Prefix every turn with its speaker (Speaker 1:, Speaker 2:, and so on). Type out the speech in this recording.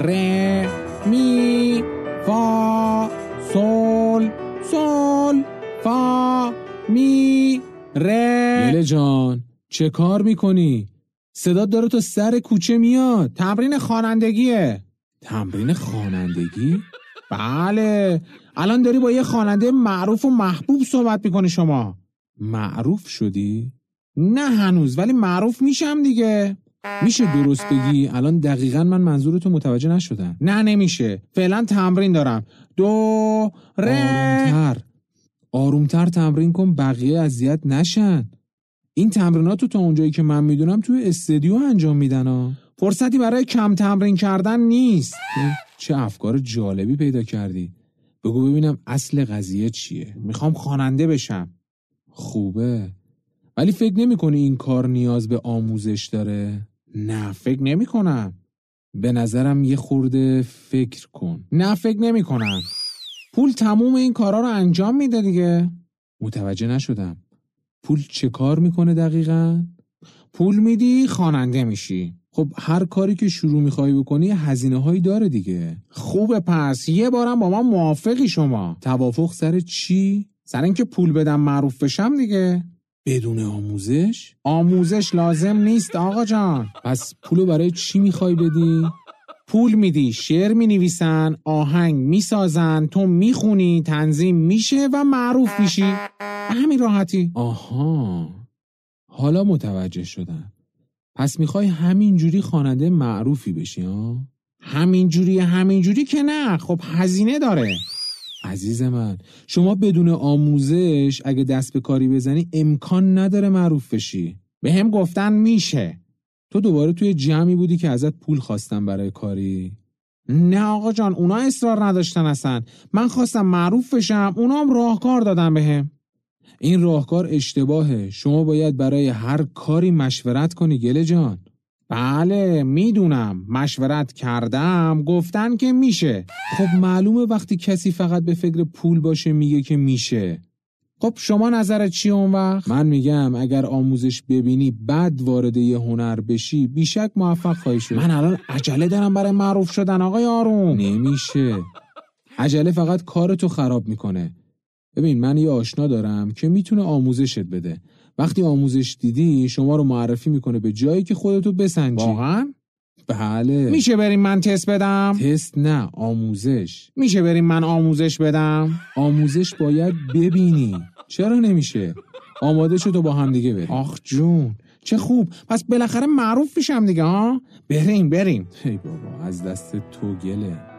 Speaker 1: ر می فا سل سل فا می ر
Speaker 2: یله جان چه کار میکنی؟ صدات داره تا سر کوچه میاد
Speaker 1: تمرین خوانندگیه
Speaker 2: تمرین خوانندگی؟
Speaker 1: بله الان داری با یه خواننده معروف و محبوب صحبت میکنی شما
Speaker 2: معروف شدی؟
Speaker 1: نه هنوز ولی معروف میشم دیگه
Speaker 2: میشه درست بگی الان دقیقا من منظورتو متوجه نشدم
Speaker 1: نه نمیشه فعلا تمرین دارم دو ر
Speaker 2: آرومتر آرومتر تمرین کن بقیه اذیت نشن این تمرینات رو تا اونجایی که من میدونم توی استدیو انجام میدن ها
Speaker 1: فرصتی برای کم تمرین کردن نیست
Speaker 2: اه، چه افکار جالبی پیدا کردی بگو ببینم اصل قضیه چیه
Speaker 1: میخوام خواننده بشم
Speaker 2: خوبه ولی فکر نمی کنی این کار نیاز به آموزش داره
Speaker 1: نه فکر نمی کنم
Speaker 2: به نظرم یه خورده فکر کن
Speaker 1: نه فکر نمی کنم پول تموم این کارا رو انجام میده دیگه
Speaker 2: متوجه نشدم پول چه کار میکنه دقیقا؟
Speaker 1: پول میدی خواننده میشی
Speaker 2: خب هر کاری که شروع میخوای بکنی هزینه هایی داره دیگه
Speaker 1: خوبه پس یه بارم با من موافقی شما
Speaker 2: توافق سر چی؟
Speaker 1: سر اینکه پول بدم معروف بشم دیگه
Speaker 2: بدون آموزش؟
Speaker 1: آموزش لازم نیست آقا جان
Speaker 2: پس پولو برای چی میخوای بدی؟
Speaker 1: پول میدی شعر می نویسن آهنگ می سازن تو می خونی تنظیم میشه و معروف میشی به همین راحتی
Speaker 2: آها حالا متوجه شدم پس میخوای همینجوری خواننده معروفی بشی ها؟
Speaker 1: همینجوری همینجوری که نه خب هزینه داره
Speaker 2: عزیز من شما بدون آموزش اگه دست به کاری بزنی امکان نداره معروف بشی
Speaker 1: به هم گفتن میشه
Speaker 2: تو دوباره توی جمعی بودی که ازت پول خواستم برای کاری
Speaker 1: نه آقا جان اونا اصرار نداشتن اصلا من خواستم معروف بشم اونا هم راهکار دادن بهم
Speaker 2: این راهکار اشتباهه شما باید برای هر کاری مشورت کنی گله جان
Speaker 1: بله میدونم مشورت کردم گفتن که میشه
Speaker 2: خب معلومه وقتی کسی فقط به فکر پول باشه میگه که میشه
Speaker 1: خب شما نظرت چیه اون وقت
Speaker 2: من میگم اگر آموزش ببینی بعد وارد یه هنر بشی بیشک موفق خواهی شد
Speaker 1: من الان عجله دارم برای معروف شدن آقای آروم
Speaker 2: نمیشه عجله فقط کارتو خراب میکنه ببین من یه آشنا دارم که میتونه آموزشت بده وقتی آموزش دیدی شما رو معرفی میکنه به جایی که خودتو بسنجی
Speaker 1: واقعا
Speaker 2: بله
Speaker 1: میشه بریم من تست بدم
Speaker 2: تست نه آموزش
Speaker 1: میشه بریم من آموزش بدم
Speaker 2: آموزش باید ببینی چرا نمیشه آماده شد و با هم دیگه بریم
Speaker 1: آخ جون چه خوب پس بالاخره معروف میشم دیگه ها بریم بریم
Speaker 2: ای بابا از دست تو گله